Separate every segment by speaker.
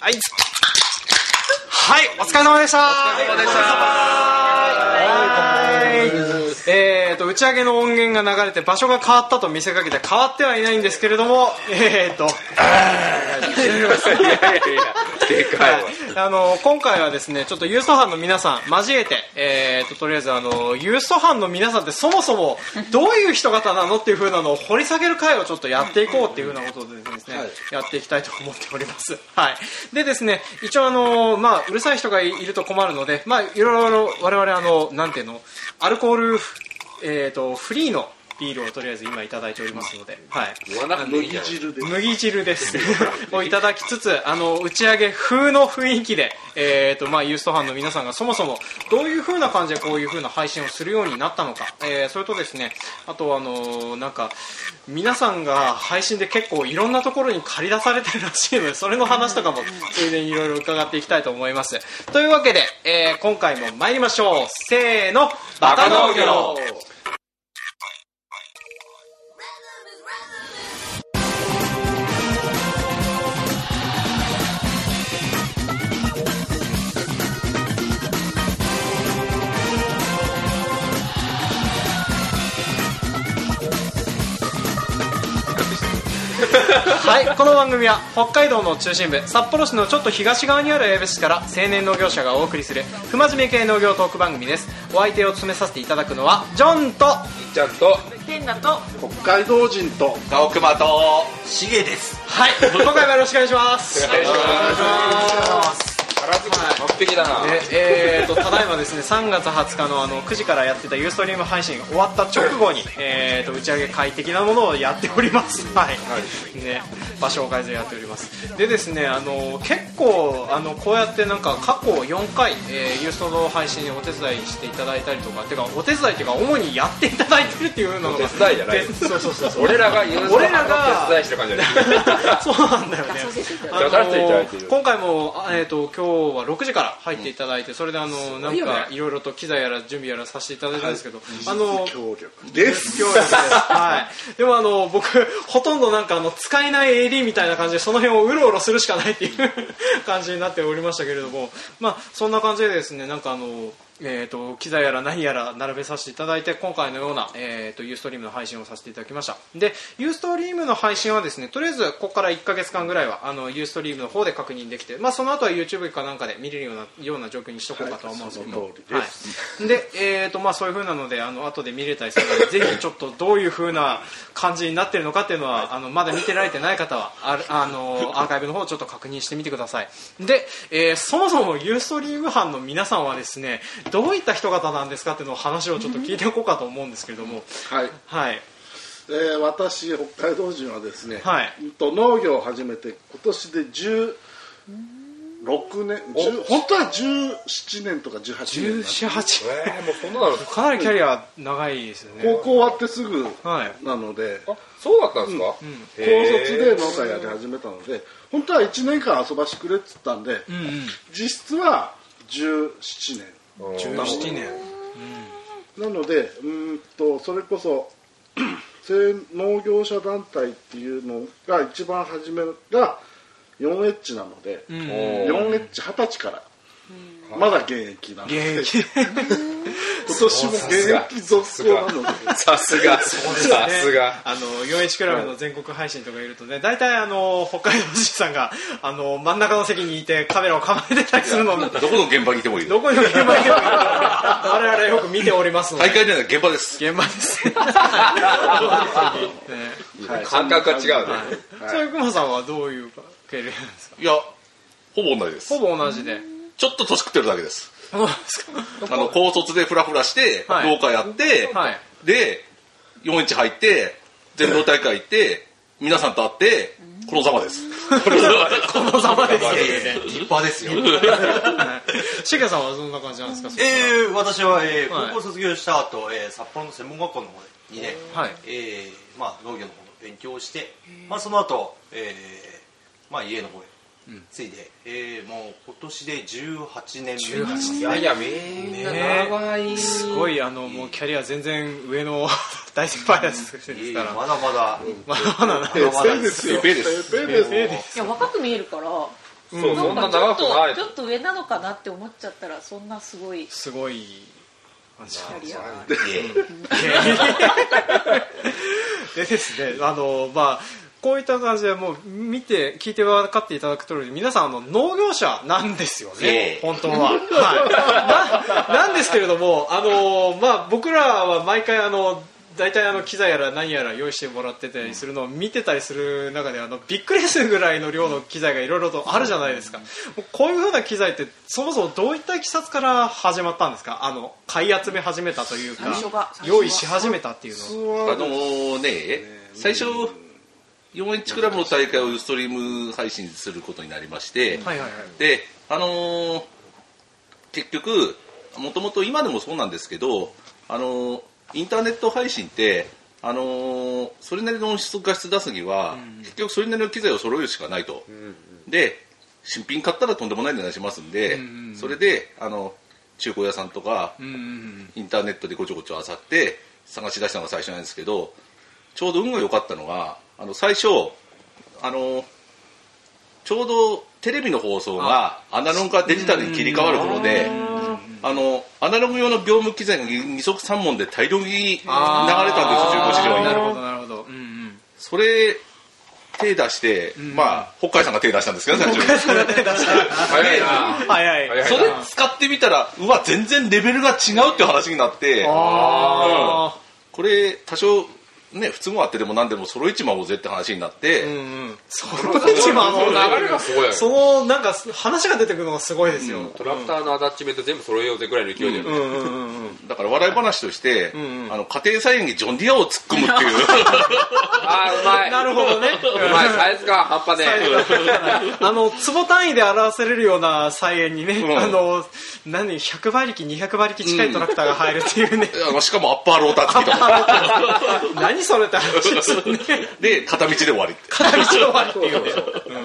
Speaker 1: はいはいお疲れ様でしたお疲れ様でしたはいえー、と打ち上げの音源が流れて場所が変わったと見せかけて変わってはいないんですけれどもえー、と
Speaker 2: でかいわ
Speaker 1: あの今回はですねちょっとユースト班の皆さん交えて、えー、ととりあえずあのユースト班の皆さんってそもそもどういう人方なのっていうふうなのを掘り下げる会をちょっとやっていこうっていうふうなことでですね、やっていきたいと思っておりますはいでですね一応あの、まあ、うるさい人がいると困るので、まあ、いろいろ我々あのなんていうのアルコール、えー、とフリーのビールをとりあえず今いただいておりますので、はい、
Speaker 2: 言わなくていいじゃん
Speaker 1: 麦汁です をいただきつつあの打ち上げ風の雰囲気で、えーとまあ、ユースト班の皆さんがそもそもどういう風な感じでこういう風な配信をするようになったのか、えーそれとですねあとあのなんか皆さんが配信で結構いろんなところに借り出されてるらしいので それの話とかもついでにいろいろ伺っていきたいと思いますというわけで、えー今回も参りましょうせーのバカ農業はい、この番組は北海道の中心部札幌市のちょっと東側にある江部市から青年農業者がお送りする不真面目系農業トーク番組ですお相手を務めさせていただくのはジョンとは
Speaker 2: ちゃんと
Speaker 3: 北海道人と
Speaker 2: 青熊と
Speaker 4: しげです
Speaker 1: い今回もよろしくお願いします
Speaker 2: お願いし
Speaker 1: ます
Speaker 2: 完璧だな
Speaker 1: ねえー、とただいまですね3月20日のあの9時からやってたユーストリーム配信が終わった直後に、えー、と打ち上げ会的なものをやっておりますはい、ね、場所を改善やっておりますでですねあの結構あのこうやってなんか過去4回、えーユーストの配信にお手伝いしていただいたりとかてかお手伝いっていうか主にやっていただいてるっていうのが
Speaker 2: お手伝いじゃない
Speaker 1: でそうそうそうそう
Speaker 2: 俺らがユースト
Speaker 1: 俺らが
Speaker 2: の手伝いしてる感じじゃない
Speaker 1: そうなんだよね。あの
Speaker 2: 出させていただいてる
Speaker 1: 今回もあえっ、と今日は6時から入っていただいて、それであのなんかいろいろと機材やら準備やらさせていただいたんですけど、あの
Speaker 3: 協力です
Speaker 1: 今日はですねはい。でもあの僕ほとんどなんかあの使えない AD みたいな感じでその辺をうろうろするしかないっていう感じになっておりましたけれども、 まあそんな感じでですねなんかあの。えー、と機材やら何やら並べさせていただいて今回のような、えー、とユーストリームの配信をさせていただきましたでユーストリームの配信はですねとりあえずここから1ヶ月間ぐらいはあのユーストリームの方で確認できて、まあ、その後は YouTube かなんかで見れるようなような状況にしとこうかとは思うんですけど、
Speaker 3: はいその通りです
Speaker 1: はい、で、えーとまあ、そういう風なのであの後で見れたりするの でぜひちょっとどういう風な感じになってるのかっていうのはあのまだ見てられてない方はあるあ のアーカイブの方をちょっと確認してみてくださいで、えーそもそもユーストリーム班の皆さんはですねどういった人方なんですかっていうのを話をちょっと聞いておこうかと思うんですけれども
Speaker 3: はい、
Speaker 1: はい
Speaker 3: えー私北海道人はですね、
Speaker 1: はい
Speaker 3: うんと農業を始めて今年で16年10本当は17年とか18年になって
Speaker 1: 18
Speaker 2: えーもうそんなの
Speaker 1: かなりキャリア長いですよね
Speaker 3: 高校終わってすぐ
Speaker 1: はい
Speaker 3: なので、
Speaker 2: あそうだったんですか
Speaker 3: 高卒で農家やり始めたので本当は1年間遊ばしてくれっつったんで、
Speaker 1: うんうん
Speaker 3: 実質は17年
Speaker 1: 17年
Speaker 3: なのでうーんとそれこそ 青農業者団体っていうのが一番初めが 4H なので、
Speaker 1: ん
Speaker 3: 4H20 歳から、まだ現役なので
Speaker 1: 現役
Speaker 3: 今年も現役続行なので
Speaker 2: さすが さすが
Speaker 1: あの 4H クラブの全国配信とかいるとね大体あの北海道人さんがあの真ん中の席にいてカメラを構えてたりするのを
Speaker 4: どこの現場にいてもいい
Speaker 1: どこに現場にいるのか我々よく見ておりますので
Speaker 4: 大会では現場です
Speaker 1: 現場ですね
Speaker 3: はい
Speaker 2: 感覚が違うね
Speaker 1: そういう熊さんはどういう系列なんですか
Speaker 4: いやほぼ同じです
Speaker 1: ほぼ同じで
Speaker 4: ちょっと年食ってるだけです
Speaker 1: そうですか
Speaker 4: あの高卒でフラフラして
Speaker 1: はい
Speaker 4: 農家やって、
Speaker 1: はい
Speaker 4: で4インチ入って全農大会行って皆さんと会ってこのざまですこのざまですこのざまです立派ですよ
Speaker 1: シゲさんはどんな感じなんですか
Speaker 4: えー、私は、えー
Speaker 1: はい
Speaker 4: 高校卒業した後、えー札幌の専門学校の方にね、
Speaker 1: はい
Speaker 4: えーまあ、農業の方の勉強をして、まあ、その後、えーまあ家の方へついで、えーもう今年で18年目になります
Speaker 2: いやいやみんな長い
Speaker 1: すごいあのもうキャリア全然上の大先輩ですか
Speaker 4: いやいや
Speaker 1: ら
Speaker 4: まだまだ
Speaker 1: まだまだな
Speaker 3: ペーペーですよ
Speaker 4: ペーペーです
Speaker 3: ペーペーです
Speaker 1: ペーです
Speaker 5: いや若く見えるから
Speaker 6: そう
Speaker 1: うん
Speaker 6: そんな
Speaker 5: ちょ
Speaker 6: 長
Speaker 5: っ
Speaker 6: くない
Speaker 5: とちょっと上なのかなって思っちゃったらそんなすごいキ
Speaker 1: すごい感じ
Speaker 5: ャリア が
Speaker 1: でですねあのまあこういった感じでもう見て聞いて分かっていただくとおり皆さんあの農業者なんですよね
Speaker 4: ええ
Speaker 1: 本当は、はい、 ななんですけれどもあの、まあ、僕らは毎回あの大体あの機材やら何やら用意してもらってたりするのを見てたりする中であのびっくりするぐらいの量の機材がいろいろとあるじゃないですか、もうこういうふうな機材ってそもそもどういったいきさつから始まったんですかあの買い集め始めたというか
Speaker 5: 最初が最初が
Speaker 1: 用意し始めたっていうのは
Speaker 3: 普通は
Speaker 2: あのね、最初、4H クラブの大会をストリーム配信することになりまして、
Speaker 1: はいはいはい
Speaker 2: で、あのー結局、もともと今でもそうなんですけど、あのーインターネット配信って、あのーそれなりの音質画質出すには、結局それなりの機材を揃えるしかないと。で、新品買ったらとんでもない値段しますんで、それで、あの、中古屋さんとか、
Speaker 1: うんうんうん
Speaker 2: インターネットでごちょごちょ漁って探し出したのが最初なんですけどちょうど運が良かったのがあの最初あのちょうどテレビの放送がアナログからデジタルに切り替わる頃であのアナログ用の業務機材が二足三門で大量に流れたんです中古市場に
Speaker 1: なるほどなるほど、うんうん、
Speaker 2: それ手出して、まあ北海さんが手出したんですけど最初
Speaker 6: 早いな
Speaker 1: 早い
Speaker 6: 早いな
Speaker 2: それ使ってみたらうわ全然レベルが違うっていう話になって
Speaker 1: あ
Speaker 2: これ多少ね不都合あってでも何でも揃いちまおうぜって話になって、
Speaker 1: ーうんうんそのうちもあの
Speaker 6: 流れがすごいよね
Speaker 1: そのなんか話が出てくるのがすごいですよ、
Speaker 6: トラクターのアタッチメント全部揃えようぜぐらいの勢いで、
Speaker 1: うんうんうんうん、
Speaker 2: だから笑い話として、
Speaker 1: んうん
Speaker 2: あの家庭菜園にジョン・ディアを突っ込むっていう
Speaker 6: ああうまい
Speaker 1: なるほどね
Speaker 6: うまいサイズが半端ね
Speaker 1: あの坪単位で表せれるような菜園にね、
Speaker 2: うん
Speaker 1: あの何100馬力200馬力近いトラクターが入るっていうね、
Speaker 2: あのしかもアッパーローター付きとか
Speaker 1: 何それって話ですよね
Speaker 2: で片道で終わりって
Speaker 1: 片道終わりっていうね、うん、い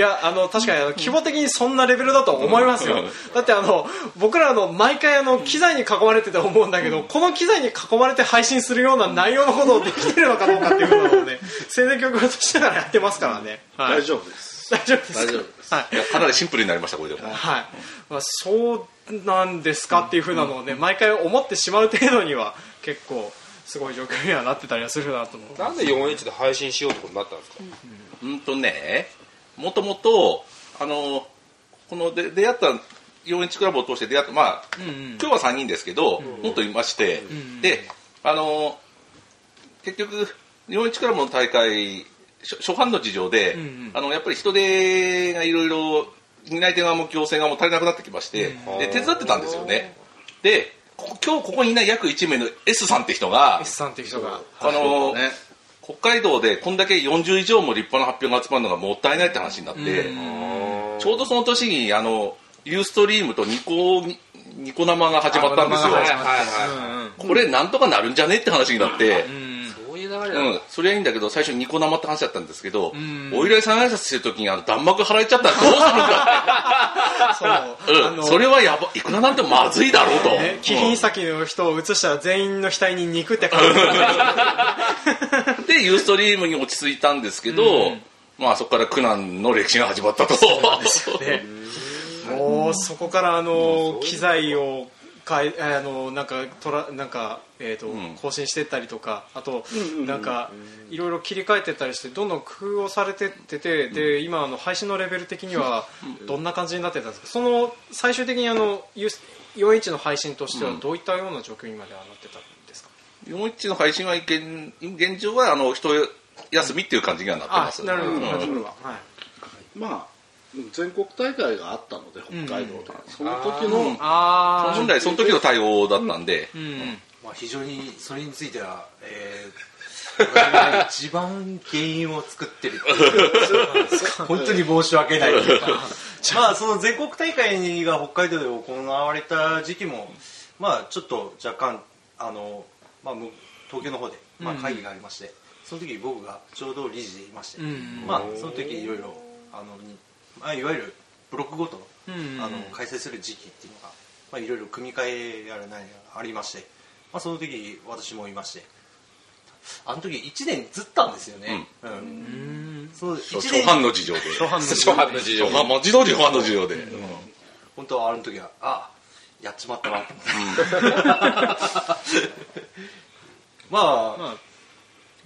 Speaker 1: やあの確かにあの規模的にそんなレベルだと思いますよ、だってあの僕らあの毎回あの機材に囲まれてて思うんだけど、この機材に囲まれて配信するような内容のことをできてるのかどうかっていうの をね宣伝局としながらやってますからね、はい
Speaker 3: 大丈夫です
Speaker 1: 大丈夫ですか
Speaker 2: 大丈夫
Speaker 1: はい
Speaker 2: いやかなりシンプルになりましたこれでも
Speaker 1: はいまあ、そうなんですかっていうふうなのをね、毎回思ってしまう程度には結構すごい状況にはなってたりはするなと思う
Speaker 6: なんで 4H で配信しようってことになったんですか、
Speaker 2: うんとねもともとあのこので出会った4インチクラブを通して出会ったまあ、今日は3人ですけど、もっといまして、であの結局4インチクラブの大会初初版の事情で、あのやっぱり人手がいろいろ担い手側も行政側も足りなくなってきまして、で手伝ってたんですよねでこ今日ここにいない約1名の S さんって人が
Speaker 1: S さんっていう人が
Speaker 2: あの、北海道でこんだけ40以上も立派な発表が集まるのがもったいないって話になって、ちょうどその年にあのユーストリームとニコニコ生が始まったんです
Speaker 1: あ
Speaker 2: よ
Speaker 1: ニコ生が
Speaker 6: はい
Speaker 1: 始
Speaker 6: はいは
Speaker 2: これなんとかなるんじゃねって話になって、
Speaker 6: い、そういう流れなんだ、
Speaker 2: うん、それはいいんだけど最初ニコ生って話だったんですけど、
Speaker 1: ん
Speaker 2: お依頼さん挨拶してる時にあの弾幕払えちゃったらどうするんだ
Speaker 1: そうあ
Speaker 2: って、うん、
Speaker 1: の
Speaker 2: それはやばいくらなんでもまずいだろうと、
Speaker 1: ね、 貴賓先の人を移したら全員の額に肉って感じ
Speaker 2: でユーストリームに落ち着いたんですけど、まあそこから苦難の歴史が始まったと。
Speaker 1: でもうそこからあの機材を変えあのなんかトラなんかえっ、と
Speaker 2: ん
Speaker 1: 更新してったりとかあとなんかいろいろ切り替えてったりしてどんどん工夫をされてっててで今あの配信のレベル的にはどんな感じになってたんですかその最終的にあのユース4インチの配信としてはどういったような状況にまではなってたんですか
Speaker 2: 41の配信は現現状はあの人休みっていう感じにはなってま
Speaker 1: あ
Speaker 2: す。
Speaker 1: なるほど
Speaker 2: うん
Speaker 1: なるほどはい
Speaker 3: まあ全国大会があったので北海道で、その時の、
Speaker 1: あー
Speaker 2: 本来その時の対応だったんで、
Speaker 1: うん
Speaker 4: まあ、非常にそれについては、えー、私が一番原因を作ってる本当に申し訳ないまあその全国大会が北海道で行われた時期もまあちょっと若干あの、まあ、む東京の方で、まあ、会議がありまして、その時僕がちょうど理事でいまして、
Speaker 1: ん
Speaker 4: まあその時いろいろあの、にまあ、いわゆるブロックごとの
Speaker 1: うん
Speaker 4: あの開催する時期っていうのが、まあ、いろいろ組み替えやら何やらありまして、まあ、その時私もいましてあの時1年ずったんですよね、うん
Speaker 1: う
Speaker 4: その一
Speaker 7: 初
Speaker 4: 年
Speaker 7: 版の事情で
Speaker 2: 初版の事情
Speaker 7: 初版もちろん初版の事情で、
Speaker 4: 本当はあの時はあやっちまった なと思ってまあ、
Speaker 1: まあ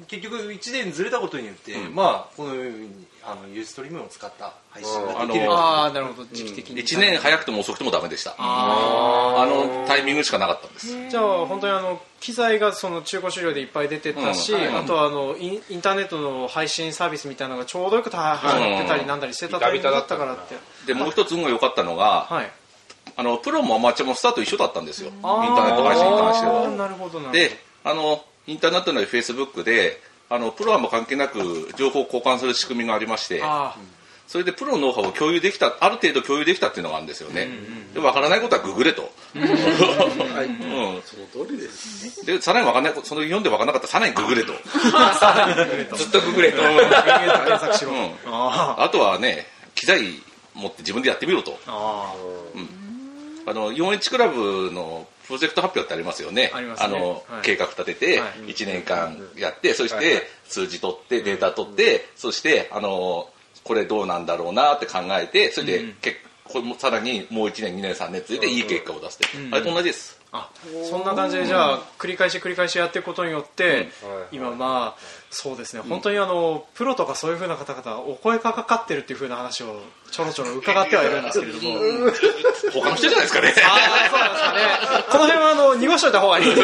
Speaker 4: 結局1年ずれたことによって、まあこのようにあのユーストリームを使った配信ができる、
Speaker 7: うんあの
Speaker 1: ああなるほど時期的に
Speaker 7: 1年早くても遅くてもダメでした
Speaker 1: あ
Speaker 7: あのタイミングしかなかったんです
Speaker 1: ーじゃあ本当にあの機材がその中古資料でいっぱい出てたし、
Speaker 7: うんはい
Speaker 1: あとはあのインインターネットの配信サービスみたいなのがちょうどよくた流行ってたりなんだりしてたタイミングだったからって
Speaker 7: でもう一つ運が良かったのが
Speaker 1: はい
Speaker 7: あのプロもアマチュアもスタート一緒だったんですよインタ
Speaker 1: あ
Speaker 7: ーネット配信に関して
Speaker 1: あー
Speaker 7: は
Speaker 1: なるほどなるほど
Speaker 7: であのインターネットのフェイスブックであのプロはもう関係なく情報を交換する仕組みがありまして
Speaker 1: あ
Speaker 7: それでプロのノウハウを共有できたある程度共有できたっていうのがあるんですよね、で分からないことはググれと、
Speaker 3: はい、
Speaker 7: うん
Speaker 3: その通りです。
Speaker 7: でさらに分かんないことその読んで分からなかったらさらにググれ と、
Speaker 2: ずっとググれと。
Speaker 1: 検索しろ
Speaker 7: うん
Speaker 1: あ
Speaker 7: あとはね機材持って自分でやってみろと
Speaker 1: ーあー
Speaker 7: あの 4H クラブのプロジェクト発表ってありますよね
Speaker 1: ありますね
Speaker 7: の、
Speaker 1: はい
Speaker 7: 計画立てて
Speaker 1: はい
Speaker 7: 1年間やって、そし
Speaker 2: はいは
Speaker 7: て数字取ってデータ取って、そしてあのこれどうなんだろうなって考えてそれで、
Speaker 1: うん
Speaker 7: けこれもさらにもう1年2年3年続いていい結果を出すって、あれと同じです、
Speaker 1: あそんな感じでじゃあ繰り返し繰り返しやっていくことによって、今まあそうですね、本当にあのプロとかそういうふうな方々お声がかかってるっていうふうな話をちょろちょろ伺ってはいるんですけれども、
Speaker 7: 他の人じゃないですかね
Speaker 1: ああそうなんですかねこの辺はあの濁しといた方がいい で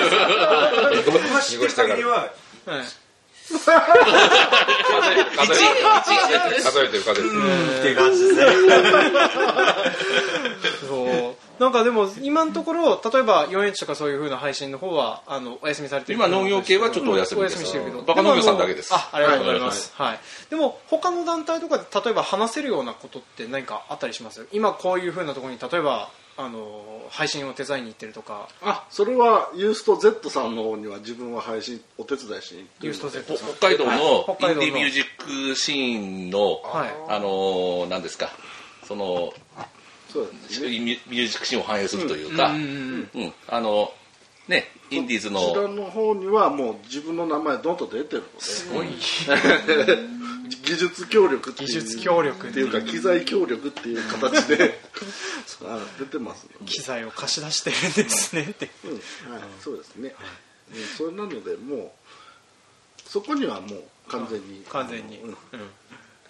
Speaker 1: す、
Speaker 4: 僕が知ってる限りは
Speaker 1: はい
Speaker 2: 数えてる数えてる数えてる。
Speaker 4: っていう感じですね
Speaker 1: そうなんかでも今のところ例えば 4H とかそういうふうな配信の方はあのお休みされてる
Speaker 7: 今農業系はちょっとお休みです
Speaker 1: お休みしてるけど
Speaker 7: バカ農業さんだけです
Speaker 1: もあありがとうございます、はいでも他の団体とかで例えば話せるようなことって何かあったりします今こういうふうなところに例えばあの配信を手伝いに行ってるとか
Speaker 3: あ、 それはユースト Z さんの方には自分は配信お手伝いしに行って
Speaker 1: ユー
Speaker 3: る
Speaker 1: スト
Speaker 3: ので
Speaker 1: Z さん
Speaker 7: 北海道
Speaker 1: はい
Speaker 7: の
Speaker 1: 北海道の
Speaker 7: インディーミュージックシーンの、
Speaker 1: はい
Speaker 7: あのなんですかその
Speaker 3: そうですね。
Speaker 7: ミュミュージックシーンを反映するというか、
Speaker 1: う
Speaker 7: うん
Speaker 1: うんん
Speaker 7: あのねインディーズ
Speaker 3: こちら
Speaker 7: の
Speaker 3: の方にはもう自分の名前どんと出てるので、
Speaker 1: うん、
Speaker 3: 技術協力っていう
Speaker 1: 技術協力
Speaker 3: っていうか機材協力っていう形 であ出てますので
Speaker 1: 機材を貸し出してるんですねって
Speaker 3: うんはい、そうですね、うん、それなのでもうそこにはもう完全に
Speaker 1: 完全に、
Speaker 3: あのうん
Speaker 1: うん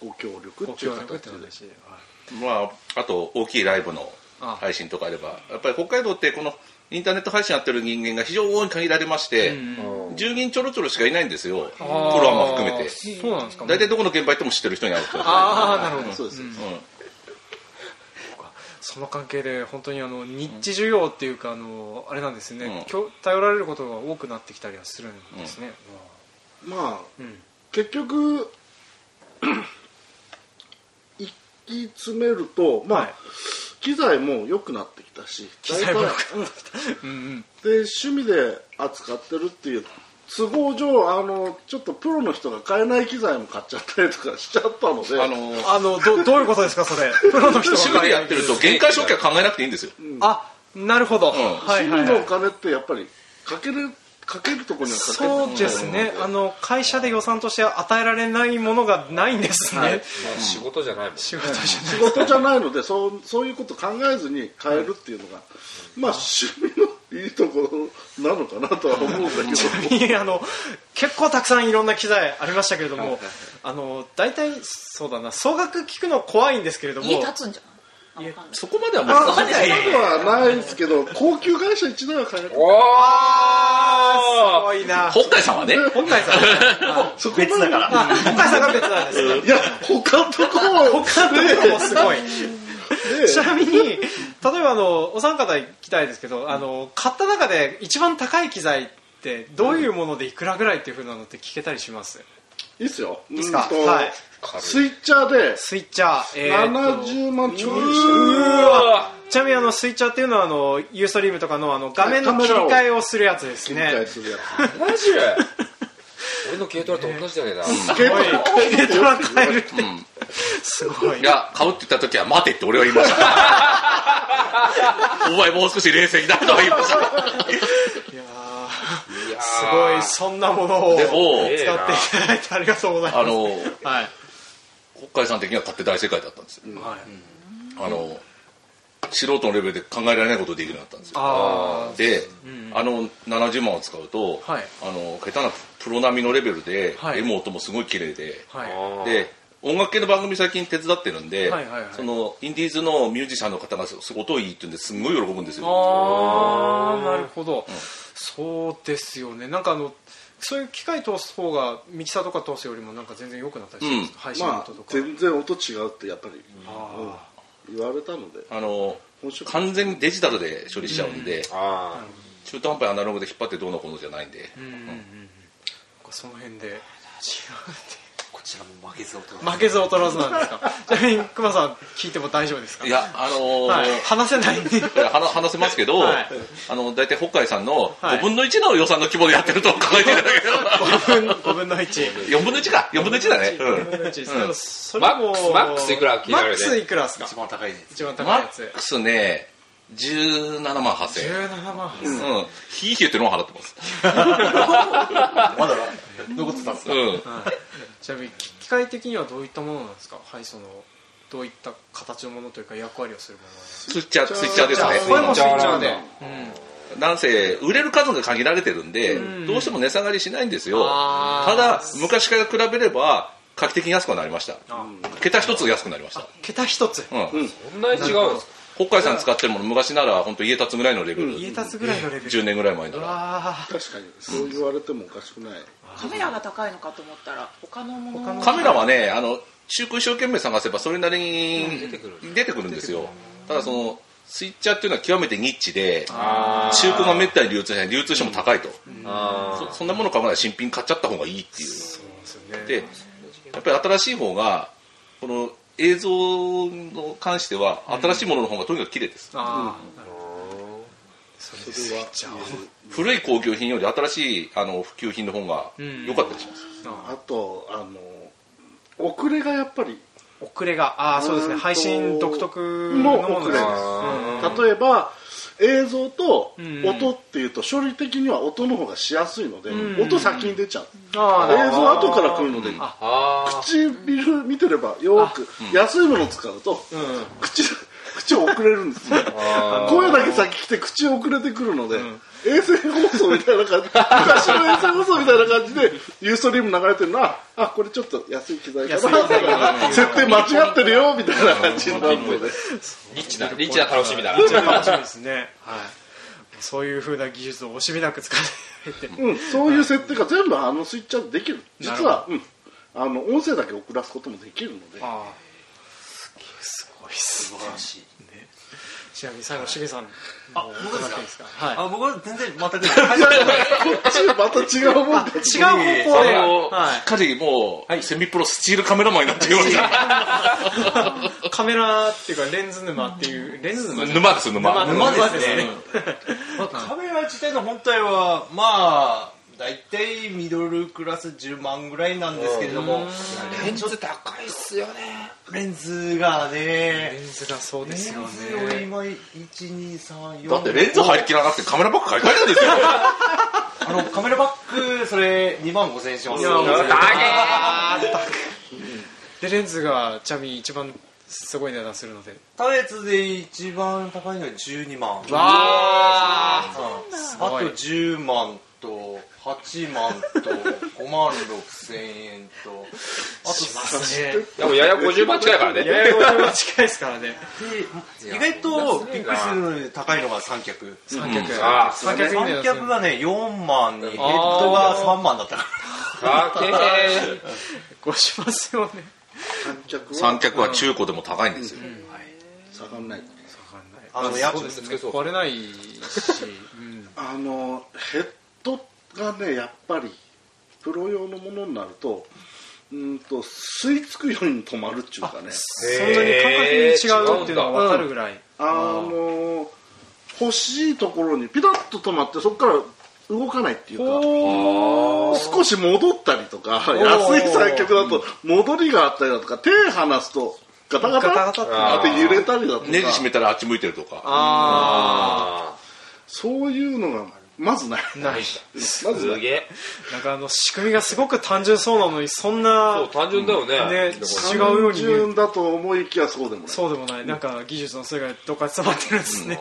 Speaker 3: ご協力
Speaker 1: ご
Speaker 3: ってい
Speaker 1: 協
Speaker 3: う
Speaker 1: 力っ
Speaker 3: 形
Speaker 1: て
Speaker 3: で
Speaker 1: 話はい
Speaker 7: まああと大きいライブの
Speaker 1: あ
Speaker 7: 配信とかあればやっぱり北海道ってこのインターネット配信やってる人間が非常に限られまして、10人ちょろちょろしかいないんですよプロアマ含めて
Speaker 1: そうなんですか
Speaker 7: 大体どこの現場行っても知ってる人に会うと、
Speaker 1: ああなるほど
Speaker 3: そうです、ね
Speaker 7: うん
Speaker 1: その関係で本当にあのニッチ需要っていうかあのあれなんですね、
Speaker 7: うん
Speaker 1: きょ頼られることが多くなってきたりはするんですね、
Speaker 3: まあ
Speaker 1: うん
Speaker 3: 結局 行き詰めるとまあ、
Speaker 1: はい
Speaker 3: 機材も良くなってきたし機
Speaker 1: 材も良く
Speaker 3: な
Speaker 1: うんうん
Speaker 3: で趣味で扱ってるっていう都合上あのちょっとプロの人が買えない機材も買っちゃったりとかしちゃったので
Speaker 7: あの
Speaker 1: あのど どういうことですかそれプロの人が
Speaker 7: 趣味でやってると限界消費は考えなくていいんですよ
Speaker 1: あなるほど、
Speaker 7: ん
Speaker 1: はいはい
Speaker 3: 趣味
Speaker 1: は
Speaker 3: のお
Speaker 1: い
Speaker 3: 金ってやっぱりかけるかけるとこにはかける
Speaker 1: そうですねあの会社で予算として与えられないものがないんですね、
Speaker 2: 仕事じゃないもん。
Speaker 1: 仕事じゃない
Speaker 3: 仕事じゃないのでそうそういうこと考えずに変えるっていうのが、まあ趣味のいいところなのかなとは思うんだけど
Speaker 1: ちなみ にあの結構たくさんいろんな機材ありましたけれども、あの大体そうだな総額聞くの怖いんですけれども
Speaker 5: 家建つんじゃない
Speaker 7: そこまではもう
Speaker 3: あそこ まではないですけど高級会社一台は変える
Speaker 2: お
Speaker 1: あーす
Speaker 2: ー
Speaker 1: ごいな
Speaker 7: 北海さんはね
Speaker 1: 本海さん
Speaker 3: そこまで別だから
Speaker 1: 本海さんが別なんですね
Speaker 3: いや他のところは
Speaker 1: 他のとこもすごい
Speaker 3: ね
Speaker 1: ちなみに例えばあのお三方行きたいですけどあの買った中で一番高い機材ってどういうものでいくらぐらいっていう風なのって聞けたりします
Speaker 3: いいっすよいい
Speaker 1: ですかはい
Speaker 3: スイッチャーで
Speaker 1: スイッチャー、えーっと
Speaker 3: 70万ちょいでしたね
Speaker 1: ちなみにあのスイッチャーっていうのはあのユーストリームとかのあの画面の切り替えをするやつです
Speaker 3: 切り替え
Speaker 1: ね
Speaker 3: するや
Speaker 2: マジ俺の軽トラと同じだけどな。
Speaker 3: つ軽トラ買える
Speaker 1: 軽
Speaker 3: って
Speaker 1: ト
Speaker 3: よ
Speaker 1: ラ
Speaker 3: く
Speaker 1: 変えるって、すごい
Speaker 7: いや、買うって言った時は待てって俺は言い ました。お前もう少し冷静になるとは言いました。
Speaker 1: いや
Speaker 2: いやー
Speaker 1: すごいそんなものを
Speaker 7: で
Speaker 1: 使って
Speaker 7: も、
Speaker 1: いただいてありがとうござい
Speaker 7: あ
Speaker 1: ます
Speaker 7: の、
Speaker 1: はい
Speaker 7: 国会さん的には勝手大正解だったんですよ、
Speaker 4: はい
Speaker 7: あの素人のレベルで考えられないことできるようになったんですよ
Speaker 1: あ
Speaker 7: で、あの70万を使うと、
Speaker 1: はい
Speaker 7: あの下手なプロ並みのレベルで、
Speaker 1: はい
Speaker 7: 絵も音もすごい綺麗で、
Speaker 1: あはい
Speaker 7: で音楽系の番組最近手伝ってるんで、
Speaker 1: はいはいはい
Speaker 7: そのインディーズのミュージシャンの方がすごい音いいって言うんですごい喜ぶんですよ
Speaker 1: ああなるほど、そうですよねなんかあのそういう機械通す方がミキサーとか通すよりもなんか全然良くなったりするんですか、配信の
Speaker 3: まあ
Speaker 1: 音とか、
Speaker 3: 全然音違うってやっぱり、
Speaker 1: あ
Speaker 3: うん言われたので
Speaker 7: あの
Speaker 3: 本職
Speaker 7: 完全にデジタルで処理しちゃうんで、
Speaker 2: あ
Speaker 7: 中途半端にアナログで引っ張ってどうのこうのじゃないんで、
Speaker 1: うんうんうんうんその辺で違う
Speaker 4: こちらも負けず劣らず
Speaker 1: 負けず劣らずなんですかちなみに熊さん聞いても大丈夫ですか
Speaker 7: いやあのー
Speaker 1: はい、話せないんで
Speaker 7: いや 話話せますけど、
Speaker 1: はい
Speaker 7: あの大体北海さんの
Speaker 1: はい
Speaker 7: 5分の1の予算の規模でやってると考えてるんだ
Speaker 1: 5分 ,5 分の1
Speaker 7: けど4分の1か4分の1だね、うん
Speaker 1: マ
Speaker 2: マックスマックスいくら気に
Speaker 1: マ
Speaker 2: なるね
Speaker 1: ックスいくらですか
Speaker 4: 一番高いです
Speaker 1: 一番
Speaker 7: マ
Speaker 1: 高いやつ
Speaker 7: ックスね17万8000円
Speaker 1: 17万8000
Speaker 7: うん、ひいひいってのを払ってます。
Speaker 4: まだ残ってたんです
Speaker 7: う
Speaker 4: か
Speaker 7: ん、
Speaker 1: ちなみに機機械的にはどういったものなんですかはいそのどういった形のものというか役割をするものなんです
Speaker 7: スイッチャー、スイッチャーです
Speaker 1: か
Speaker 7: ね。
Speaker 1: これもスイッチャーで
Speaker 2: スイッ
Speaker 7: なんせ、売れる数が限られてるんで、
Speaker 1: ん
Speaker 7: どうしても値下がりしないんですよ。
Speaker 1: あー
Speaker 7: ただ、昔から比べれば、画期的に安くなりました。
Speaker 1: あ
Speaker 7: 桁一つ安くなりました。
Speaker 1: 桁一つ
Speaker 7: うん。
Speaker 2: こんなに違うんですか
Speaker 7: 北海さん使ってるもの、昔なら本当家建つぐらいのレベル。
Speaker 1: 家立つぐらいのレベル
Speaker 7: 10年ぐらい前なら。
Speaker 1: あ
Speaker 3: 確かにそう言われてもおかしくない、
Speaker 5: カメラが高いのかと思ったら他のもの
Speaker 7: カメラはね、あの、中古一生懸命探せば、それなりに出てくるんですよ。ただ、その、スイッチャーっていうのは極めてニッチで、
Speaker 2: あ
Speaker 7: 中古がめったに流通しない、流通しても高いと。
Speaker 2: あ
Speaker 7: そそんなもの買わない新品買っちゃった方がいいっていう
Speaker 1: ね
Speaker 7: でやっぱり新しい方がこの映像の関しては新しいものの方がとにかく綺麗です、
Speaker 1: あーなるほ
Speaker 3: それは
Speaker 7: 古い高級品より新しいあの普及品の方が良かったりします、
Speaker 1: どな
Speaker 3: あとあの遅れがやっぱり
Speaker 1: 遅れがああそうですね
Speaker 3: うんと
Speaker 1: 配信独特のものです
Speaker 3: の
Speaker 1: うんうん
Speaker 3: 例えば映像と
Speaker 1: うん
Speaker 3: 音っていうと処理的には音の方がしやすいので、
Speaker 1: うん
Speaker 3: 音先に出ちゃう、
Speaker 1: あーなる
Speaker 3: 映
Speaker 1: ほ
Speaker 3: 像
Speaker 1: ど
Speaker 3: 後から来るので
Speaker 1: あ
Speaker 2: あ
Speaker 3: 唇見てればよーく、安いものを使うと
Speaker 1: うん
Speaker 3: 口口遅れるんですよ
Speaker 2: あ
Speaker 3: 声だけ先来て口遅れてくるので、
Speaker 1: ん
Speaker 3: 衛星放送みたいな感じ昔の衛星放送みたいな感じでユーストリーム流れてるのはあこれちょっと安い機材
Speaker 1: 安い
Speaker 3: か
Speaker 1: 機材
Speaker 3: な
Speaker 1: だな
Speaker 3: 設定間違ってるよみたいな感じになるので
Speaker 2: リッチなリッチな楽しみだ
Speaker 1: めっちゃ楽しみですねはいそういうふうな技術を惜しみなく使えて
Speaker 3: うん、そういう設定が全部あのスイッチャーでできる実は、うん、あの音声だけ送らすこともできるので
Speaker 1: ああすごいっすね
Speaker 4: 素晴らしい
Speaker 1: ちなみに最後しげさん
Speaker 4: あ僕ですか
Speaker 1: ですかはい
Speaker 4: あ僕は全然全くない
Speaker 3: こっちまた違うもんだ
Speaker 1: 違う方向で、
Speaker 7: あの
Speaker 1: は
Speaker 7: すっかりもう、セミプロスチールカメラマンになっていました
Speaker 1: い、カメラっていうかレンズ沼っていうレンズ沼じゃない
Speaker 7: 沼です沼
Speaker 4: 沼ですね
Speaker 1: ね
Speaker 4: カメラ自体の本体はまあ大体ミドルクラス10万ぐらいなんですけれども
Speaker 2: レンズ高いっすよね
Speaker 4: レンズが
Speaker 1: レ
Speaker 4: ね
Speaker 1: ンズがそうですよね
Speaker 4: レンズを今1234
Speaker 7: だってレンズ入りきらなくてカメラばっか買い替えたんですよ
Speaker 4: あのカメラバッグそれ2万5000円します
Speaker 1: いやもう
Speaker 4: 高
Speaker 1: でレンズがちなみに一番すごい値段するので
Speaker 4: タイツで一番高いのは12万
Speaker 1: わあ
Speaker 4: あと10万と8万と5万6千円とあと
Speaker 2: いやもうやや50万近いからね
Speaker 1: ややこしいのが近いですからね
Speaker 4: 意外とびっくりするのに高いのが三脚
Speaker 1: 三脚
Speaker 2: ああ
Speaker 1: 三脚
Speaker 4: 三脚がね4万にヘッドが3万だったか
Speaker 2: 高え
Speaker 1: こうしますよね
Speaker 3: 三脚は
Speaker 7: 三脚は中古でも高いんですよ、
Speaker 3: 下がんない
Speaker 4: らあのやっぱ
Speaker 1: 壊れないし、うん、
Speaker 3: あのヘッドがねやっぱりプロ用のものになるとうんと吸い付くように止まるっていうかね
Speaker 1: そんなに感覚に違うっていうのが分かるぐらい、
Speaker 3: あの欲しいところにピタッと止まってそこから動かないっていうか少し戻ったりとか安い三脚だと戻りがあったりだとか手離すとガタガタ
Speaker 1: ガタガタって
Speaker 2: なる
Speaker 3: って揺れたりだとか
Speaker 7: ネジ閉めたらあっち向いてるとか
Speaker 1: あ
Speaker 2: あ
Speaker 3: そういうのがまずない
Speaker 1: あない
Speaker 3: まずない
Speaker 2: すげえ
Speaker 1: なんかあの仕組みがすごく単純そうなのにそんな
Speaker 2: そう単純だよね。
Speaker 1: ね
Speaker 2: だから
Speaker 1: 違うように見える
Speaker 3: 順だと思いきやそうでもない
Speaker 1: そうでもないなんか技術の世界どっかに詰まってるんですね、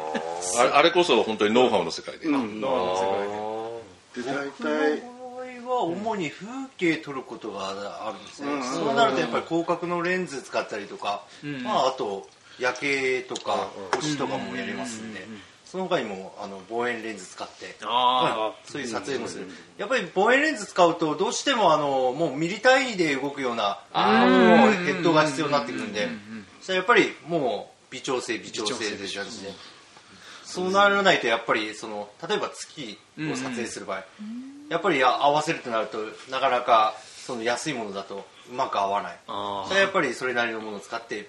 Speaker 7: あれあれこそ本当にノウハウの世界で、
Speaker 3: うんで
Speaker 1: 脳の世界で
Speaker 3: 大
Speaker 4: 僕の
Speaker 3: 体
Speaker 4: 場合は主に風景撮ることがあるんですね、
Speaker 3: うん
Speaker 4: そうなるとやっぱり広角のレンズ使ったりとか、まあ、あと夜景とか星とかもやりますんで、その他にもあの望遠レンズ使って、
Speaker 1: あ
Speaker 4: そういう撮影もする、やっぱり望遠レンズ使うとどうしてもあのもうミリ単位で動くようなあのヘッドが必要になってくるんで、そしたらやっぱりもう微調整微調整でしょうしねそうならないとやっぱりその例えば月を撮影する場合、やっぱりあ合わせるとなるとなかなかその安いものだとうまく合わない
Speaker 1: あ
Speaker 4: それはやっぱりそれなりのものを使って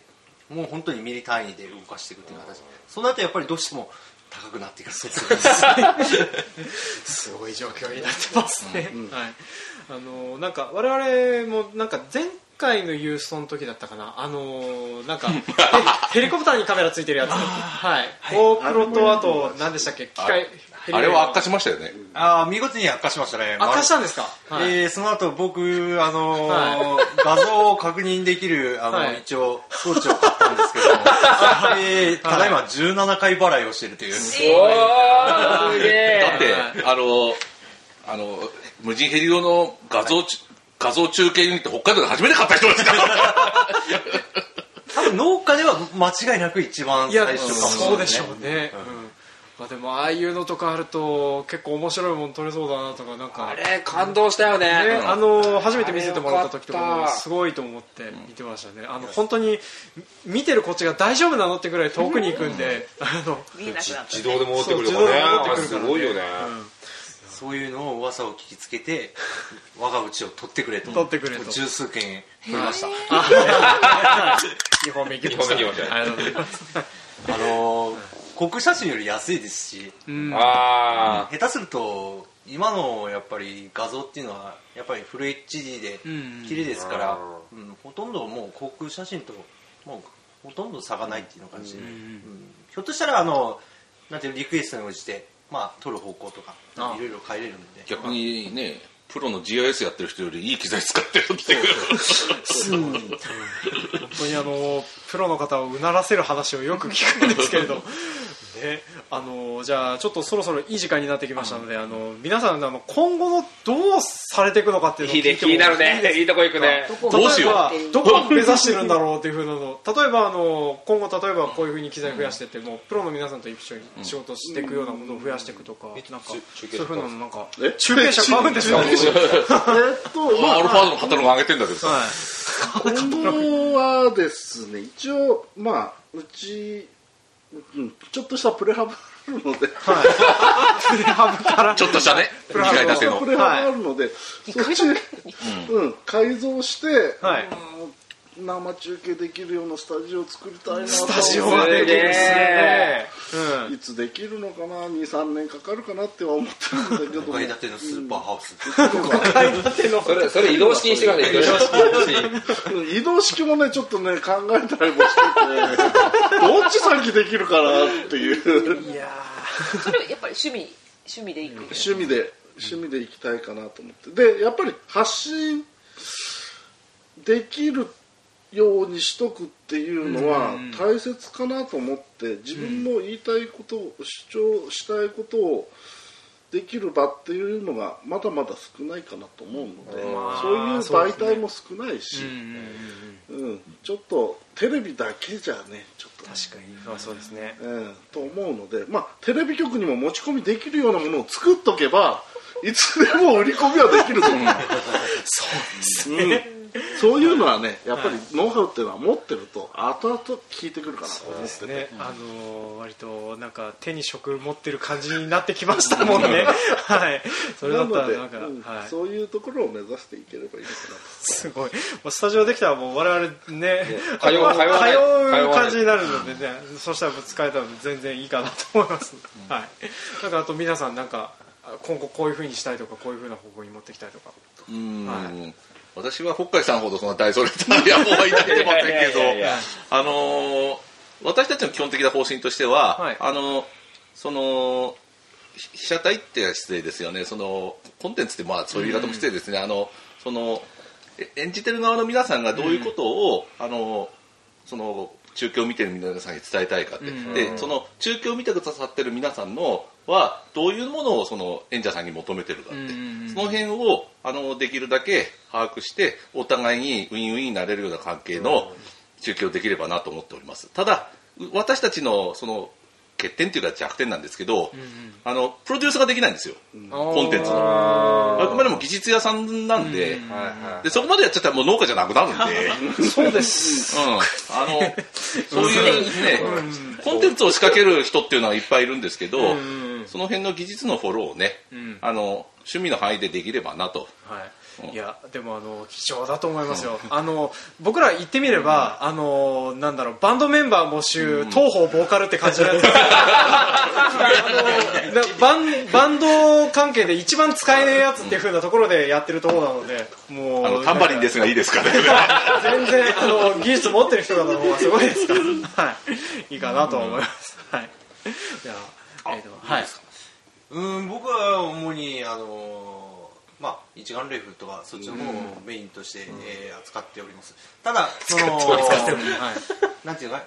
Speaker 4: もう本当にミリ単位で動かしていくっていう形その後やっぱりどうしても高くなっていくそうです
Speaker 1: すごい状況になってますね、はいあのなんか我々もなんか前回の郵送の時だったかなあのなんかヘリコプターにカメラついてるやつはい、GoPro とあと何でしたっけ機械ヘリ
Speaker 7: あれは悪化しましたよね、
Speaker 4: ああ見事に悪化しましたね
Speaker 1: 悪化したんですか、
Speaker 4: まあ
Speaker 1: はい
Speaker 4: えーその後僕、あのー
Speaker 1: は
Speaker 4: 画像を確認できる、あの
Speaker 1: はい
Speaker 4: 一応装置を買ったんですけども、えーただいま17回払いをしてるという、
Speaker 2: おーすげ
Speaker 7: だっ
Speaker 2: え。
Speaker 7: てあのあの無人ヘリ用の画像,、画像中継ユニット北海道で初めて買った人ですから
Speaker 4: 多分農家では間違いなく一番
Speaker 1: いや
Speaker 4: 最初かもしれな
Speaker 1: そうで
Speaker 4: い、
Speaker 1: しょうね、うんまあ、でもああいうのとかあると結構面白いもの撮れそうだなとかなんか
Speaker 2: あれ、感動したよね。
Speaker 1: ね、
Speaker 2: うん
Speaker 1: あの初めて見せてもらった時と
Speaker 2: あれよ
Speaker 1: か
Speaker 2: か
Speaker 1: も
Speaker 2: った
Speaker 1: すごいと思って見てましたねあの本当にみ見てるこっちが大丈夫なのってぐらい遠くに行くんで、あの
Speaker 5: 見えなくなった
Speaker 2: 自動で戻ってくるか
Speaker 1: そう自動で戻って
Speaker 2: ら
Speaker 1: くるから
Speaker 2: ね。
Speaker 1: ね
Speaker 2: すごいよね。
Speaker 4: そういうのを噂を聞きつけて、我が家を取ってくれと、
Speaker 1: 取ってくれと
Speaker 4: 十数件取りました。
Speaker 1: 2本目行き
Speaker 2: 日
Speaker 1: ま
Speaker 2: 本
Speaker 1: し
Speaker 2: の
Speaker 1: た
Speaker 2: 日本じゃない。
Speaker 4: あのー国写真より安いですし、
Speaker 2: あ
Speaker 4: 下手すると今のやっぱり画像っていうのはやっぱりフル HD で
Speaker 1: うん
Speaker 4: 綺麗ですから、うんほとんどもう航空写真ともうほとんど差がないっていうような感じで、うんひょっとしたらあのなんていうのリクエストに応じて、まあ、撮る方向とかいろいろ変えれるんで
Speaker 7: ー逆にねプロの GIS やってる人よりいい機材使ってるっていう
Speaker 1: 本当にあのプロの方をうならせる話をよく聞くんですけ れど、ね、あのじゃあちょっとそろそろいい時間になってきましたので、あの皆さんあの今後のどうされていくのかっていう
Speaker 2: あ。
Speaker 1: のを聞
Speaker 2: 気
Speaker 1: いても
Speaker 2: になるね。いいとこ行くね。
Speaker 5: どこ
Speaker 1: 例
Speaker 7: どうし
Speaker 1: え
Speaker 7: よ
Speaker 1: ば
Speaker 5: う
Speaker 1: どこを目指してるんだろうっていうふうなの例えばあの今後例えばこういうふうに機材増やしてってもうプロの皆さんと一緒に仕事していくようなものを増やしていくとかなんかそういうふうなのなんか
Speaker 3: え
Speaker 1: 中継車買うんですか
Speaker 3: えっとま
Speaker 7: ア
Speaker 3: あ
Speaker 7: ルファードのカタログ上げてんだけどさ、
Speaker 3: 今後はですね一応まあうち、うん、ちょっとしたプレハブあるので
Speaker 7: ちょっとしたね機械出せの
Speaker 3: プレハブあるので、そっち、うん、改造して、
Speaker 1: はい
Speaker 3: うん生中継できるようなスタジオを作りたいなと
Speaker 1: スタジオができるっすねうん
Speaker 3: いつできるのかな23年かかるかなっては思ってるんだけ ど
Speaker 4: 5階建てのスーパーハウス、
Speaker 2: それ、それ移動式にしてください。移動式。
Speaker 3: うん移動式もねちょっとね考えたりもしててどっち先できるかなっていう
Speaker 5: それやっぱり趣味趣味で行く
Speaker 3: 趣味で趣味で行きたいかなと思ってでやっぱり発信できるようにしとくっていうのは大切かなと思って自分の言いたいことを主張したいことをできる場っていうのがまだまだ少ないかなと思うのでそういう媒体も少ないし、うん、ちょっとテレビだけじゃねちょっとね
Speaker 1: 確かにあそうですね
Speaker 3: ええと思うので、まあ、テレビ局にも持ち込みできるようなものを作っとけばいつでも売り込みはできると思う、そうですね、そういうのはねやっぱりノウハウっていうのは持ってると後々効いてくるかなと思ってて、
Speaker 1: ね、あのー割となんか手に職持ってる感じになってきましたもんねはいそれだ
Speaker 3: な
Speaker 1: った
Speaker 3: ので
Speaker 1: らなんか、
Speaker 3: うん
Speaker 1: はい、
Speaker 3: そういうところを目指していければいいのかなと
Speaker 1: すごい。もうスタジオできたらもう我々ね、
Speaker 2: 通う通わない
Speaker 1: 通
Speaker 2: 通わ
Speaker 1: う
Speaker 2: ない
Speaker 1: 感じになるのでね、そしたらもう使えたので全然いいかなと思います。はい。なんかあと皆さんなんか、今後こういうふうにしたいとか、こういうふうな方向に持ってきたいとか。
Speaker 7: うん
Speaker 1: は
Speaker 7: 私は北海さんほどそんな大それた野望はいないと思ってる
Speaker 2: いやいやいやい
Speaker 7: けど
Speaker 2: や
Speaker 7: あのー私たちの基本的な方針としては、
Speaker 1: はい
Speaker 7: あのーその被写体って失礼ですよねそのコンテンツってまあそういう言い方も失礼ですね、あのそのえ演じてる側の皆さんがどういうことを、あのその中継を見てる皆さんに伝えたいかって、
Speaker 1: うん
Speaker 7: でその中継を見てくださってる皆さんのはどういうものをその演者さんに求めてるかって、
Speaker 1: うん
Speaker 7: その辺をあのできるだけ把握してお互いにウィンウィンになれるような関係の中継をできればなと思っておりますただう私たちのその欠点というか弱点なんですけど、あのプロデュースができないんですよコンテンツのあくまでも技術屋さんなんで,、でそこまでやっちゃったらもう農家じゃなくなるんで。
Speaker 1: そうです
Speaker 7: うん、あのそういうね、コンテンツを仕掛ける人っていうのはいっぱいいるんですけど、その辺の技術のフォローをね、
Speaker 1: ん
Speaker 7: あの趣味の範囲でできればなと、
Speaker 1: はい、いやでもあの貴重だと思いますよ、あの僕ら言ってみれば、あのなんだろうバンドメンバー募集、東方ボーカルって感じの やつあのなバンバンド関係で一番使えねえやつっていうふうなところでやってるところなのでもう
Speaker 7: あのタンバリンですがいいですかね
Speaker 1: 全然あの技術持ってる人だの方がすごいですから、はい、いいかなと思います、はいじゃあえーとはい
Speaker 4: うん僕は主にあのまあ一眼レフとかそっちの方をメインとして、えー扱っておりますただその
Speaker 1: はい
Speaker 4: なんていうのい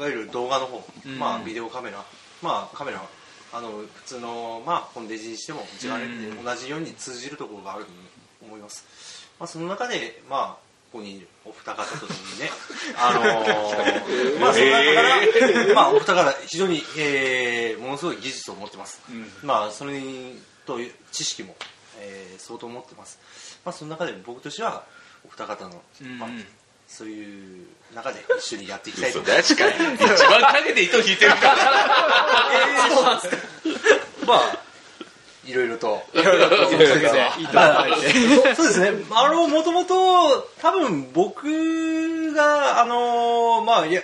Speaker 4: わゆる動画の方、まあビデオカメラまあカメラあの普通のまあコンデジにしても一眼レフで同じように通じるところがあると思います、まあその中でまあここにいるお二方とともに ね、あのーまあその中から、まあお二方非常に、えーものすごい技術を持ってます、まあそれと知識も、えー相当持ってますまあその中で僕としてはお二方の、まあそういう中で一緒にやっていきたいと
Speaker 7: そう確かに一番陰で糸引いてるから
Speaker 4: まあ、いろいろと。
Speaker 1: いろいろといいと思います
Speaker 4: そうそうですね。あの、もともと、多分僕が、あのまあ、いや、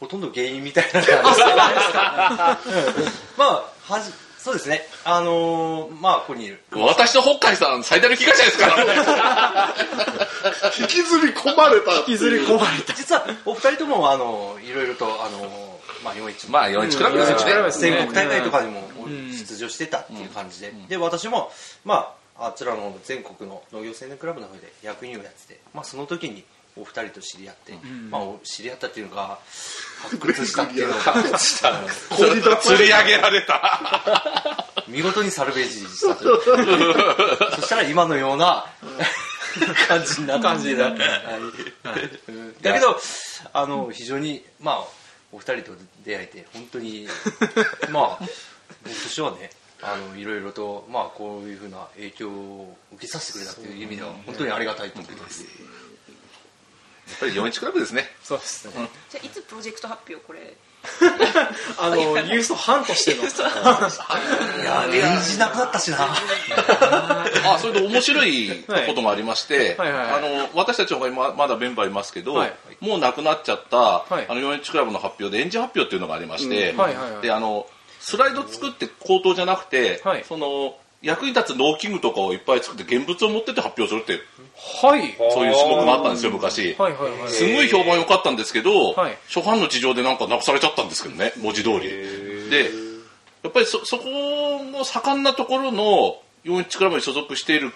Speaker 4: ほとんど原因みたいな感じ。まあ、はじ、そうですね。あのまあ、ここにいる。
Speaker 7: 私と北海さん最大の被害者ですから
Speaker 3: 引きずり込まれた
Speaker 1: 引きずり込まれた
Speaker 4: 実は、お二人とも、あのいろいろと、あのまあ、41
Speaker 7: まあ4一クラブですよね、
Speaker 1: うん
Speaker 4: 全国大会とかにも出場してたっていう感じで、で私もまああちらの全国の農業青年クラブの方で役員をやってて、まあ、その時にお二人と知り合って、まあ、お知り合ったっていうのが発掘したっていうのが
Speaker 7: 釣り上げられた
Speaker 4: 見事にサルベージしたという そしたら今のよう な感じになって感じだった、はいうんだけどあの非常にまあお二人と出会えて本当 にまあ僕としてはねあのいろいろと、まあ、こういうふうな影響を受けさせてくれたという意味では本当にありがたいと思います
Speaker 7: 4一クラブですね
Speaker 1: そうですね
Speaker 5: じゃあいつプロジェクト発表これ
Speaker 1: あ のユースト半としての
Speaker 4: いや演じなくなった しな
Speaker 7: あそれで面白いことがありまして、
Speaker 1: はいはいはい
Speaker 7: あの私たちの方が今まだメンバーいますけど、
Speaker 1: はい
Speaker 7: もう亡くなっちゃった、
Speaker 1: はい
Speaker 7: あの4 1クラブの発表で演じ発表っていうのがありまして、
Speaker 1: うんはいはいはい
Speaker 7: であのスライド作って口頭じゃなくて、
Speaker 1: はい
Speaker 7: その役に立つ農機具とかをいっぱい作って現物を持ってって発表するって
Speaker 1: はい
Speaker 7: そういう種目があったんですよ昔、
Speaker 1: はいはいはい
Speaker 7: すごい評判良かったんですけど、
Speaker 1: はい
Speaker 7: 初版の事情でなんかなくされちゃったんですけどね文字通りでやっぱりそそこも盛んなところの41クラブに所属している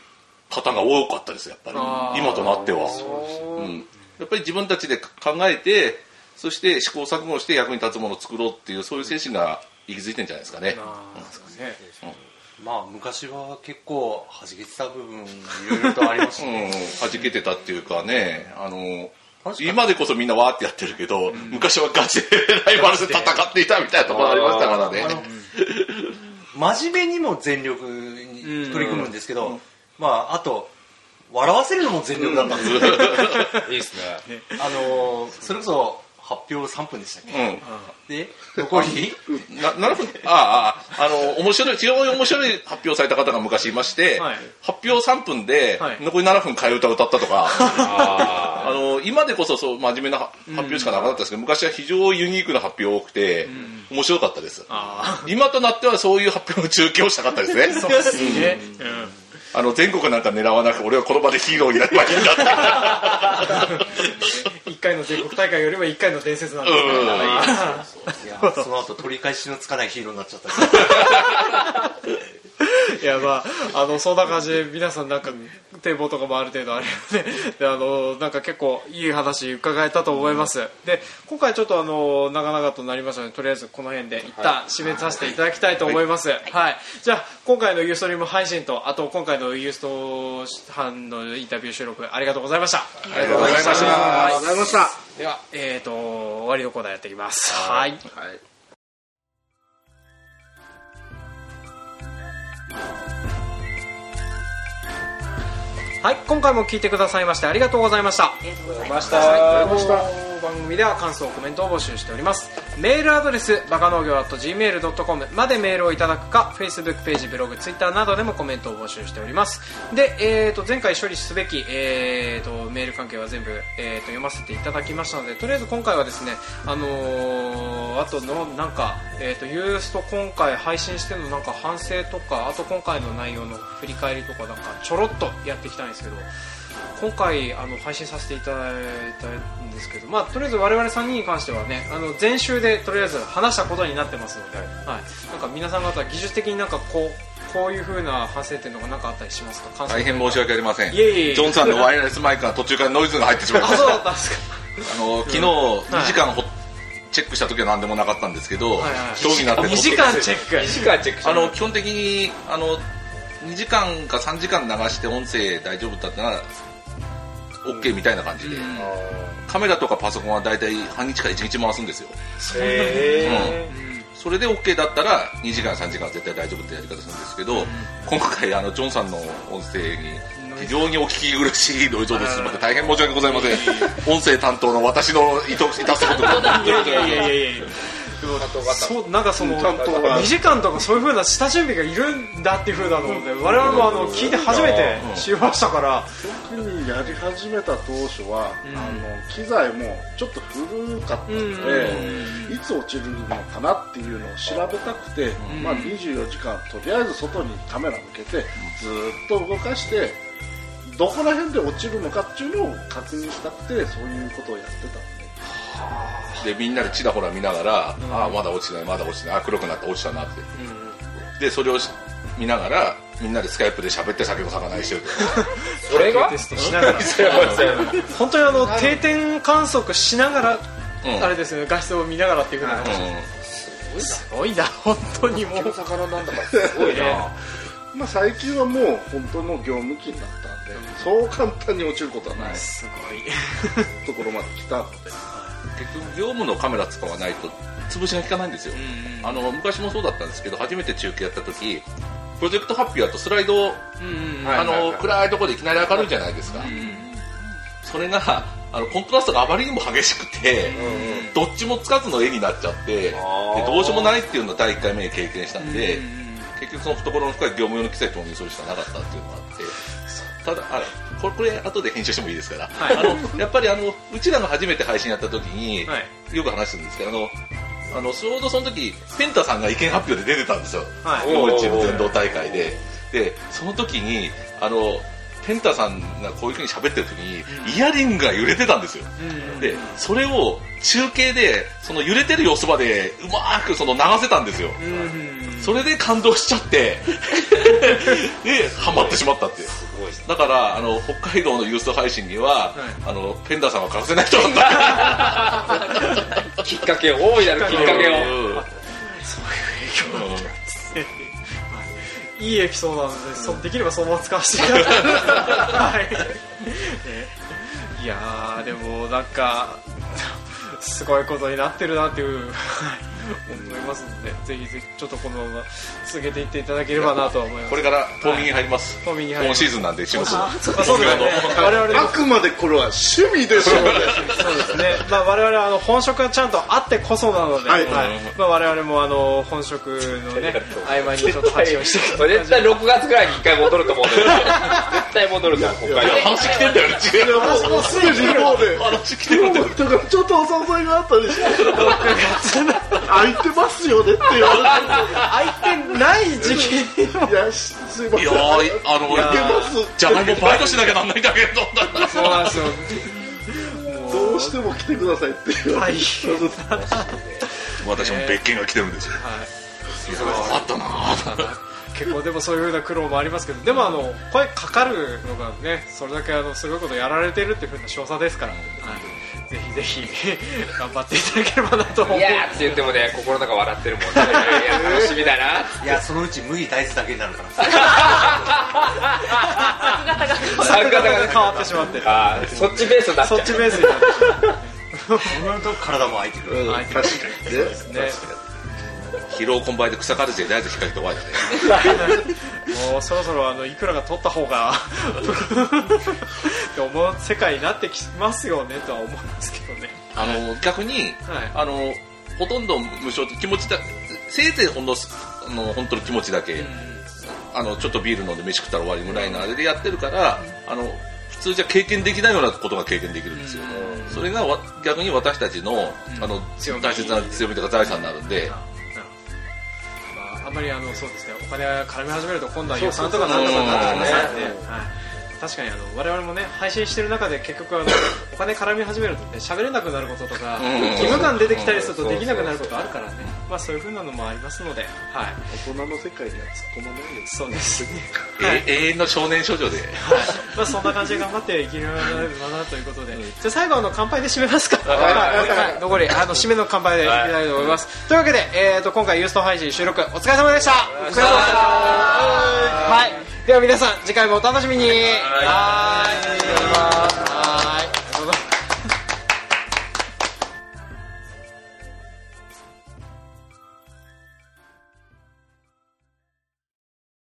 Speaker 7: 方が多かったですやっぱり
Speaker 1: あー
Speaker 7: 今となってはうん、やっぱり自分たちで考えてそして試行錯誤して役に立つものを作ろうっていうそういう精神が息づいてんじゃないですかね
Speaker 1: あーそうですね
Speaker 4: まあ昔は結構はじけてた部分いろいろとあり ました
Speaker 7: うん
Speaker 4: ね、
Speaker 7: 弾けてたっていうかねあの
Speaker 4: 確かに
Speaker 7: 今でこそみんなわーってやってるけど、昔はガチで ライバルで戦っていたみたいなところありましたからね
Speaker 4: あの真面目にも全力に取り組むんですけど、まああと笑わせるのも全力だったんですよ、
Speaker 2: いいですね。
Speaker 4: あのーそれこそ発表3分でしたっけ、
Speaker 7: うん
Speaker 4: で残り
Speaker 7: ななるほどああああの面白い非常に面白い発表された方が昔いまして、
Speaker 1: はい
Speaker 7: 発表替え3分で
Speaker 1: はい
Speaker 7: 残り7分替え歌を歌ったとか、
Speaker 2: あ
Speaker 7: あの今でこそそう真面目な発表しかなかったですけど、昔は非常にユニークな発表多くて、面白かったです
Speaker 1: あ
Speaker 7: 今となってはそういう発表の中継をしたかったですね
Speaker 1: ーそう ですねうん
Speaker 7: あの全国なんか狙わなく俺はこの場でヒーローになればいいんだって
Speaker 1: 一回の全国大会よりは1回の伝説なんですね
Speaker 4: いやその後取り返しのつかないヒーローになっちゃった
Speaker 1: いやまあ、あのそんな感じで皆さんなんか展望とかもある程度あるのでであのなんか結構いい話伺えたと思います、で今回ちょっとあの長々となりましたのでとりあえずこの辺で一旦締めさせていただきたいと思います、はいじゃあ今回のユーストリーム配信とあと今回のユースト班のインタビュー収録ありがとうございました
Speaker 7: ありがとうございました
Speaker 3: ありがとうございました。
Speaker 1: では、えー、と終わりのコーナーやっていきますはい
Speaker 3: はい
Speaker 1: はい、今回も聞いてくださいましてありがとうございました。ありがとうございました。番組では感想、コメントを募集しております。メールアドレス、バカ農業 .gmail.com までメールをいただくか、Facebook ページ、ブログ、Twitter などでもコメントを募集しております。で、えー、と、前回処理すべき、えー、と、メール関係は全部、えー、と、読ませていただきましたので、とりあえず今回はですね、あのーあとの、なんか、えー、と、ユースと今回配信してのなんか反省とか、あと今回の内容の振り返りとか、なんか、ちょろっとやっていきたいんですけど、今回あの配信させていただいたんですけど、まあ、とりあえず我々3人に関してはねあの前週でとりあえず話したことになってますので、はいなんか皆さん方技術的になんかこうこういう風な反省っていうのが何かあったりしますか感想
Speaker 7: 大変申し訳ありません
Speaker 1: いえいえ
Speaker 7: ジョンさんのワイヤレスマイクが途中からノイズが入ってしまいま
Speaker 1: あ
Speaker 7: し
Speaker 1: そう
Speaker 7: た
Speaker 1: だったんですか
Speaker 7: あの昨日2時間ほチェックした時は何でもなかったんですけど
Speaker 1: はいはい
Speaker 7: 競技になって
Speaker 1: 2時間チェック
Speaker 2: 時間チェックし
Speaker 7: あ
Speaker 2: あ
Speaker 7: の
Speaker 2: の
Speaker 7: 基本的にあの2時間か3時間流して音声大丈夫だったら OK みたいな感じで、
Speaker 1: うん
Speaker 7: カメラとかパソコンは大体半日から1日回すんですよ、
Speaker 2: へ
Speaker 7: うん、それで OK だったら2時間3時間は絶対大丈夫ってやり方するんですけど、今回あのジョンさんの音声に非常にお聞き苦しいノイズを出してしまって大変申し訳ございません音声担当の私のいといたすことになっ
Speaker 1: い
Speaker 7: て
Speaker 1: や
Speaker 7: る
Speaker 1: いやいやいやいやでもそうなんかその2時間とかそういう風な下準備がいるんだっていう風なので我々もあの聞いて初めて知りましたから
Speaker 3: 特にやり始めた当初は、
Speaker 1: うん
Speaker 3: あの機材もちょっと古かったので、いつ落ちるのかなっていうのを調べたくて、
Speaker 1: ん
Speaker 3: まあ、24時間とりあえず外にカメラ向けてずっと動かしてどこら辺で落ちるのかっていうのを確認したくてそういうことをやってたので
Speaker 7: でみんなでちらほら見ながら、ああまだ落ちてないまだ落ちてないあ黒くなった落ちたなって、でそれをし見ながらみんなでスカイプで喋って酒の魚にしてると
Speaker 2: それが
Speaker 1: テストしながら 本当にあの定点観測しながら、
Speaker 7: うん
Speaker 1: あれですね画質を見ながらっていうふうな、すごいな本当にもう
Speaker 2: 魚なんだからすごいな
Speaker 3: まあ、最近はもう本当の業務機になったんで、そう簡単に落ちることはない
Speaker 1: す
Speaker 3: ところまで来たので、
Speaker 7: 結局業務のカメラ使わないと潰しが効かないんですよ、あの昔もそうだったんですけど初めて中継やった時プロジェクトハッピーだとスライド、
Speaker 1: ごい、うん
Speaker 2: はい
Speaker 7: あ
Speaker 2: はいはい
Speaker 7: の暗いところでいきなり明るいじゃないですか、それがあのコントラストがあまりにも激しくて、どっちもつかずの絵になっちゃってで
Speaker 2: あー
Speaker 7: どうしようもないっていうのを第1回目に経験したんで、結局その懐の深い業務用の機材投入するしかなかったっていうのがあってただあこれこれ後で編集してもいいですから、あのやっぱりあのうちらの初めて配信やった時に、
Speaker 1: はい
Speaker 7: よく話してるんですけどあのあのちょうどその時ペンタさんが意見発表で出てたんですよ、
Speaker 1: はい
Speaker 7: 日本一の全道大会ででその時にあのペンタさんがこういうふうに喋ってる時に、イヤリングが揺れてたんですよ、でそれを中継でその揺れてる様子までうまーくその流せたんですよ、それで感動しちゃってでハマってしまったっていう
Speaker 2: すごいですね
Speaker 7: だからあの北海道のユースト配信には、あのペンダさんは欠かせない人なんだ
Speaker 2: きっかけを大いなるきっかけを
Speaker 7: うん
Speaker 1: そういう影響だったんですね、はい、いいエピソードなので、そできればそのまま使わせていただきたい、はいねいやーでもなんかすごいことになってるなっていうはい思いますのでぜひぜひちょっとこのまま続けていっていただければなと思います
Speaker 7: これから冬眠に入ります、
Speaker 1: 冬眠に入ります
Speaker 7: 今シーズンなんで一応
Speaker 1: あそうですね我々
Speaker 3: あ
Speaker 1: の
Speaker 3: くまでこれは趣味でしょうね
Speaker 1: そうですね、まあ、我々はあの本職がちゃんとあってこそなので、は
Speaker 3: はいい
Speaker 1: まあ、我々もあの本職のね合間にちょっと配信をしていくと
Speaker 2: 絶対6月ぐらいに1回戻ると思うんだよ 絶対戻るから北海道
Speaker 7: 話来てんだよね違う
Speaker 3: 私もうすでにもうね
Speaker 7: 話来てるんだよ
Speaker 3: だからちょっとお誘いがあったりして空いてますよねって言わ
Speaker 1: 空いてない時期に
Speaker 3: れていやしすいま
Speaker 7: い
Speaker 3: せん
Speaker 7: やー
Speaker 3: 空い
Speaker 7: あの
Speaker 3: てます
Speaker 7: じゃがいもバイトしなきゃなんないんだけど
Speaker 1: そうなんですよ
Speaker 3: どううしても来てくださいっていう
Speaker 1: はい
Speaker 7: 私も別件が来てるんですよ、あったなぁ
Speaker 1: 結構でもそういうふうな苦労もありますけどでもあの声かかるのがねそれだけあのすごいことやられてるっていうふうな証左ですから、はい、ぜひぜひ頑張っていただければなと思う
Speaker 2: いやーって言ってもね心の中笑ってるもんねいや楽しみだない
Speaker 4: やそのうち麦大豆だけになるからさ
Speaker 1: 作家が変わってしまって
Speaker 2: あーそっちベースになっちゃ
Speaker 1: そっちベースになってし まって
Speaker 4: そうなると体も空いてくる、
Speaker 1: はい
Speaker 3: 確かにね
Speaker 1: ですね
Speaker 7: 疲労困憊で草刈るぜ大豆引っ掛けて終わりだね
Speaker 1: もうそろそろあのいくらが取った方が って思う世界になってきますよねとは思いますけどね
Speaker 7: あの逆に、
Speaker 1: はい
Speaker 7: あのほとんど無償気持ちだせいぜいほんのあの本当の気持ちだけ、あのちょっとビール飲んで飯食ったら終わりぐらいのあれでやってるから、あの普通じゃ経験できないようなことが経験できるんですよ、それがわ逆に私たちの,、あの
Speaker 1: 強み
Speaker 7: 大切な強みとか財産になるんで、
Speaker 1: まあ、あんまりあのそうですねお金が絡み始めると今度は予算とかなんとかになってきますからね、はい、確かにあの我々もね配信してる中で結局あのお金絡み始めるとね喋れなくなることとか
Speaker 7: ん
Speaker 1: 義務感出てきたりするとできなくなることあるからねまあそういうふうなのもありますのではい
Speaker 3: 大人の世界には突っ込まないよ
Speaker 1: そうですね
Speaker 7: え永遠の少年少女で
Speaker 1: まあそんな感じで頑張っていけるようになればなということで、じゃあ最後あの乾杯で締めますか、はいはい残りあの締めの乾杯でいきたいと思います、というわけで、えー、と今回ユースト配信収録お疲れ様でしたお疲れ様でしたはいでは皆さん次回もお楽しみにはい